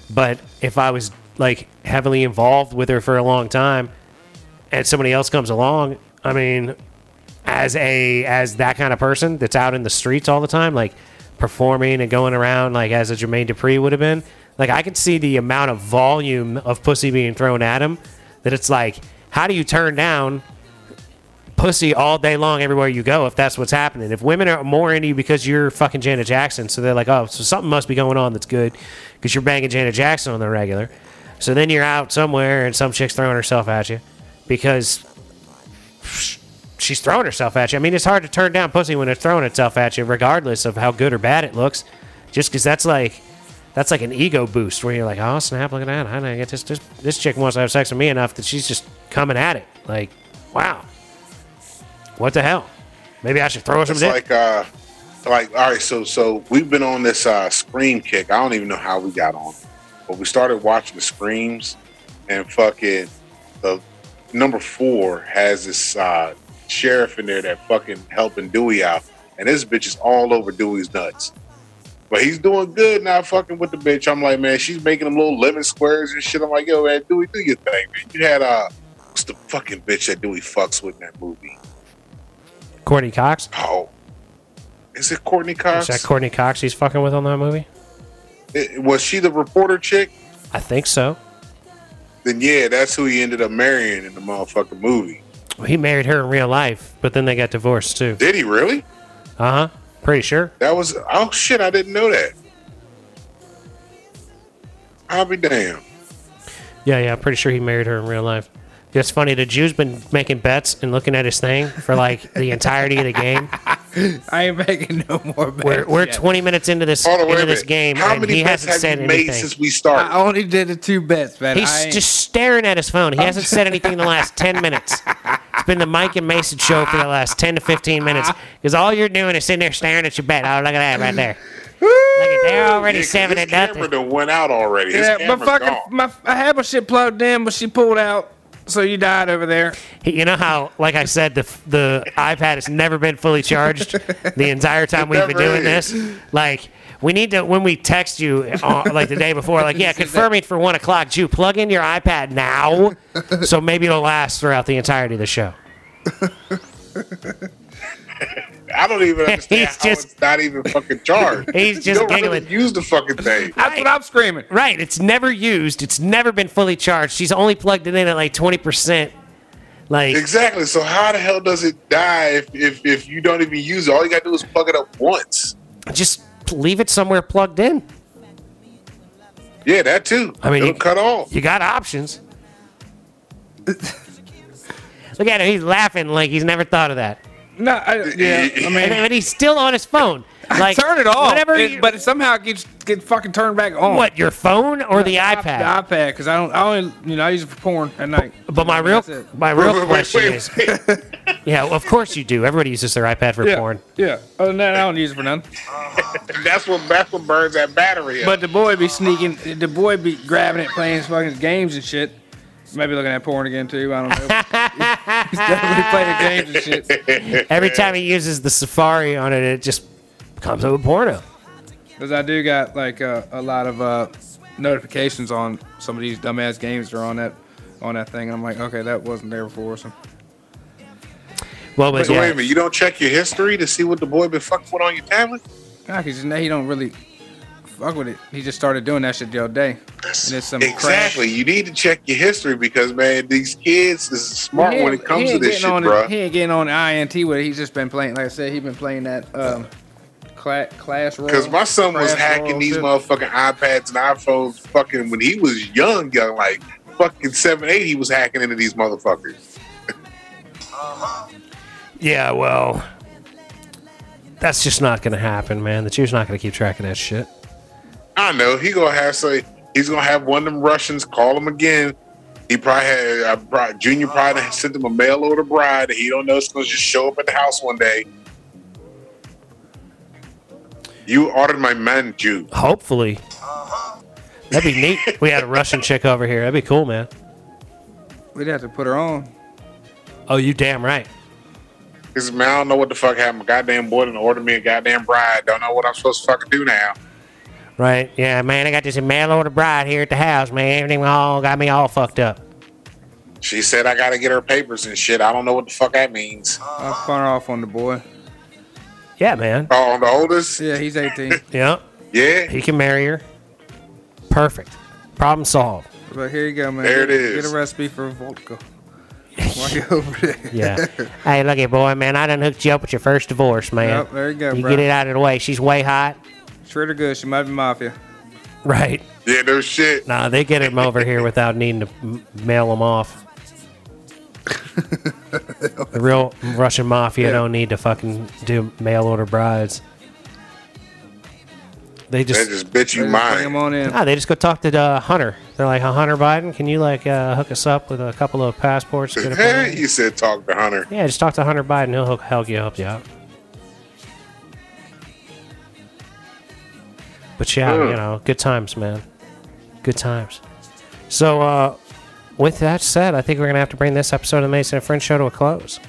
A: but if I was like heavily involved with her for a long time, and somebody else comes along, I mean, as a as that kind of person that's out in the streets all the time, like performing and going around, like as a Jermaine Dupri would have been, like I could see the amount of volume of pussy being thrown at him. That it's like, how do you turn down pussy all day long everywhere you go if that's what's happening. If women are more into you because you're fucking Janet Jackson, so they're like, oh, so something must be going on that's good because you're banging Janet Jackson on the regular. So then you're out somewhere and some chick's throwing herself at you because she's throwing herself at you. I mean, it's hard to turn down pussy when it's throwing itself at you, regardless of how good or bad it looks, just because that's like. That's like an ego boost where you're like, oh snap, look at that! How did I get this? This this chick wants to have sex with me enough that she's just coming at it. Like, wow, what the hell? Maybe I should throw her some
B: It's
A: dick.
B: like uh like all right, so so we've been on this uh scream kick. I don't even know how we got on. But we started watching the screams, and fucking the number four has this uh, sheriff in there that fucking helping Dewey out, and this bitch is all over Dewey's nuts. But he's doing good now, fucking with the bitch. I'm like, man, she's making them little lemon squares and shit. I'm like, yo, man, Dewey, do your thing, man. You had uh, what's the fucking bitch that Dewey fucks with in that movie?
A: Courtney Cox.
B: Oh, is it Courtney
A: Is
B: Cox?
A: that Courtney Cox he's fucking with on that movie?
B: It- was she the reporter chick?
A: I think so.
B: Then yeah, that's who he ended up marrying in the motherfucking movie.
A: He married her in real life, but then they got divorced too.
B: Did he really?
A: Uh huh. Pretty sure.
B: That was oh shit, I didn't know that. I'll be damned.
A: Yeah, yeah. I'm pretty sure he married her in real life. It's funny. The Jew's been making bets and looking at his thing for like the entirety of the game.
C: I ain't making no more bets.
A: We're, we're
C: yet.
A: 20 minutes into this
B: Hold on, wait
A: into
B: a
A: this
B: minute.
A: game,
B: How
A: and
B: many
A: he
B: bets
A: hasn't
B: have
A: said
B: you made
A: anything.
B: since we
C: I
B: started?
C: only did the two bets, man.
A: He's
C: I ain't-
A: just staring at his
B: Oh.
A: phone. He hasn't said anything in the last 10 minutes. It's been the Mike and Mason show for the last 10 to 15 minutes because all you're doing is sitting there staring at your bet. Oh, look at that right there. Look at they're already
B: Yeah, 'cause
A: seven at
B: his
A: nothing.
B: camera done went out already. His
C: yeah,
B: camera's
C: but fucking,
B: gone.
C: my, I had my shit plugged in, but she pulled out, so you died over there.
A: You know how, like I said, the the iPad has never been fully charged the entire time we've been
B: never
A: doing
B: is.
A: this. Like we need to when we text you uh, like the day before, [laughs] like yeah, confirming for one o'clock. You plug in your iPad now, so maybe it'll last throughout the entirety of the show.
B: I don't even
A: [laughs]
B: understand
A: He's
B: how
A: just-
B: it's not even fucking
A: [laughs]
B: charged.
A: He's
B: You
A: just
B: don't really
A: giggling.
B: use the fucking thing.
C: That's
A: Right.
C: what I'm screaming.
A: Right, it's never used. It's never been fully charged. She's only plugged it in at like twenty percent. Like
B: Exactly. So how the hell does it die if, if if you don't even use it? All you gotta do is plug it up once.
A: just leave it somewhere plugged in.
B: Yeah, that too.
A: I mean,
B: it'll
A: you-
B: cut off.
A: You got options. Look at him. He's laughing like he's never thought of that.
C: No, I,
B: [laughs]
C: yeah, I
A: And,
C: mean,
A: and he's still on his
C: [laughs]
A: phone. Like
C: turn it off.
A: Whatever
C: it-
A: you-
C: but it somehow it gets get fucking turned back on.
A: what, your phone or the
C: I-
A: iPad?
C: The iPad, because I don't, I only, you know, I use it for porn at night.
A: But my real
C: That's it.
A: my
B: [laughs]
C: [laughs]
B: Wait,
A: real
B: wait, wait,
A: question
B: wait,
A: is
B: wait.
A: Yeah, well, of course you do. Everybody uses their iPad for
C: yeah,
A: porn.
C: yeah. Other than that, I don't use it for nothing.
B: that's what that's what burns that battery. up.
C: But the boy be sneaking, the boy be grabbing it, playing his fucking games and shit. Maybe looking at porn again too. I don't know.
A: [laughs]
C: He's definitely playing games and
B: [laughs]
C: shit.
A: Every time he uses the Safari on it, it just comes up with porno.
C: Because I do got like uh, a lot of uh, notifications on some of these dumbass games that are on that on that thing. And I'm like, okay, that wasn't there before. So.
A: Well, but
B: Wait,
A: yeah,
B: wait a minute. You don't check your history to see what the boy been fucking with on your tablet?
C: Nah, because now he don't really fuck with it. He just started doing that shit the other day. And it's some
B: Exactly. You need to check your history because man, these kids is
C: Crash.
B: smart
C: He ain't-
B: when it comes
C: he
B: to
C: ain't
B: this
C: getting
B: shit,
C: on
B: bro.
C: The, he ain't getting on the INT with it. He's just been playing. Like I said, he been playing that um, cla- class role.
B: Because my son was
C: Crash
B: hacking
C: Royale
B: these
C: shit.
B: motherfucking iPads and iPhones, fucking when he was young, young like fucking seven, eight. He was hacking into these motherfuckers.
A: yeah, well, that's just not going to happen, man. The Jew's not going to keep track of that shit.
B: I know he gonna have say he's gonna have one of them Russians call him again. He probably had uh, bri- Junior probably done sent him a mail order bride. He don't know it's gonna just show up at the house one day. You ordered my man, Jew.
A: Hopefully. That'd be neat. We had a Russian chick over here. That'd be cool, man.
C: We'd have to put her on.
A: Oh, you damn right.
B: Cause man, I don't know what the fuck happened. My goddamn boy done ordered me a goddamn bride. Don't know what I'm supposed to fucking do now.
A: Right. Yeah, man, I got this mail order bride here at the house, man. Everything all got me all fucked up.
B: She said I gotta get her papers and shit. I don't know what the fuck that means.
C: I'll fun her off on the boy.
A: Yeah, man.
B: Oh, I'm the oldest?
C: Yeah, he's 18.
B: [laughs]
A: Yep.
B: Yeah.
A: He can marry her. Perfect. Problem solved.
C: but here you go, man.
B: There it
C: Get-
B: is.
C: Get a recipe for vodka. While you [laughs] over there. [laughs]
A: Yeah. hey, look at boy, man. I done hooked you up with your first divorce, man.
C: Yep, there you go,
A: You
C: bro.
A: get it out of the way. She's way hot.
C: Treat her good. She might be mafia.
A: Right.
B: Yeah, no shit.
A: Nah, they get him over here without needing to m- mail him off.
C: [laughs]
A: the real Russian mafia
C: Yeah.
A: don't need to fucking do mail order brides. They
B: They
A: just,
B: just bitch you
C: Just Bring him
B: mine.
C: on in.
A: ah, they just go talk to uh, Hunter. They're like, "Huh, Hunter Biden, can you like uh, hook us up with a couple of passports? to Get up in here?"
B: you said talk to Hunter.
A: yeah, just talk to Hunter Biden. He'll hook, help you help you out.
B: Hmm.
A: But yeah, you know, good times, man. Good times. So, uh, with that said, I think we're gonna have to bring this episode of the Mason and Friends show to a close.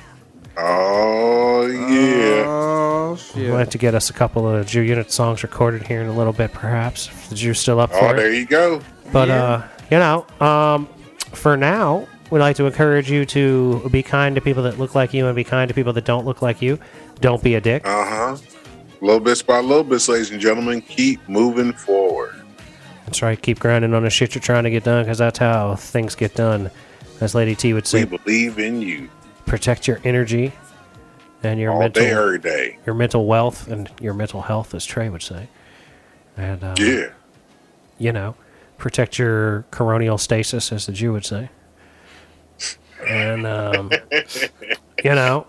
B: Oh yeah.
A: Uh,
D: Oh
A: We'll
D: shit.
A: have to get us a couple of Jew Unit songs recorded here in a little bit, perhaps. If the Jew's still up
B: oh,
A: for
B: there
A: it.
B: you go.
A: But uh, you know, um, for now, we'd like to encourage you to be kind to people that look like you and be kind to people that don't look like you. Don't be a dick.
B: Uh huh. Little bits by little bits, ladies and gentlemen, keep moving forward.
A: That's right. Keep grinding on the shit you're trying to get done, because that's how things get done. As Lady T would
B: We
A: say,
B: believe in you
A: protect your energy and your
B: all
A: mental
B: day, every day.
A: your mental wealth and your mental health, as Trey would say. And uh,
B: Yeah.
A: you know, protect your coronial stasis, as the Jew would say. And
B: [laughs]
A: um, you know,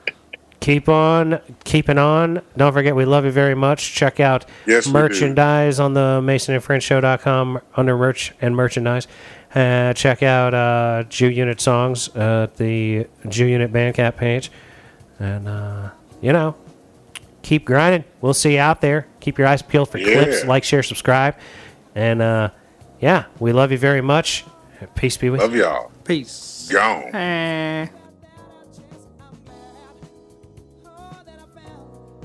A: keep on keeping on. Don't forget, we love you very much. Check out
B: Yes, we do.
A: merchandise on the masonandfriendshow.com under merch and merchandise. Uh, check out uh, Jew Unit songs at the Jew Unit Bandcamp page. And, uh, you know, keep grinding. We'll see you out there. Keep your eyes peeled for
B: Yeah.
A: clips. Like, share, subscribe. And, uh, yeah, we love you very much. Peace be with you.
B: Love y'all.
C: Peace.
B: Gone.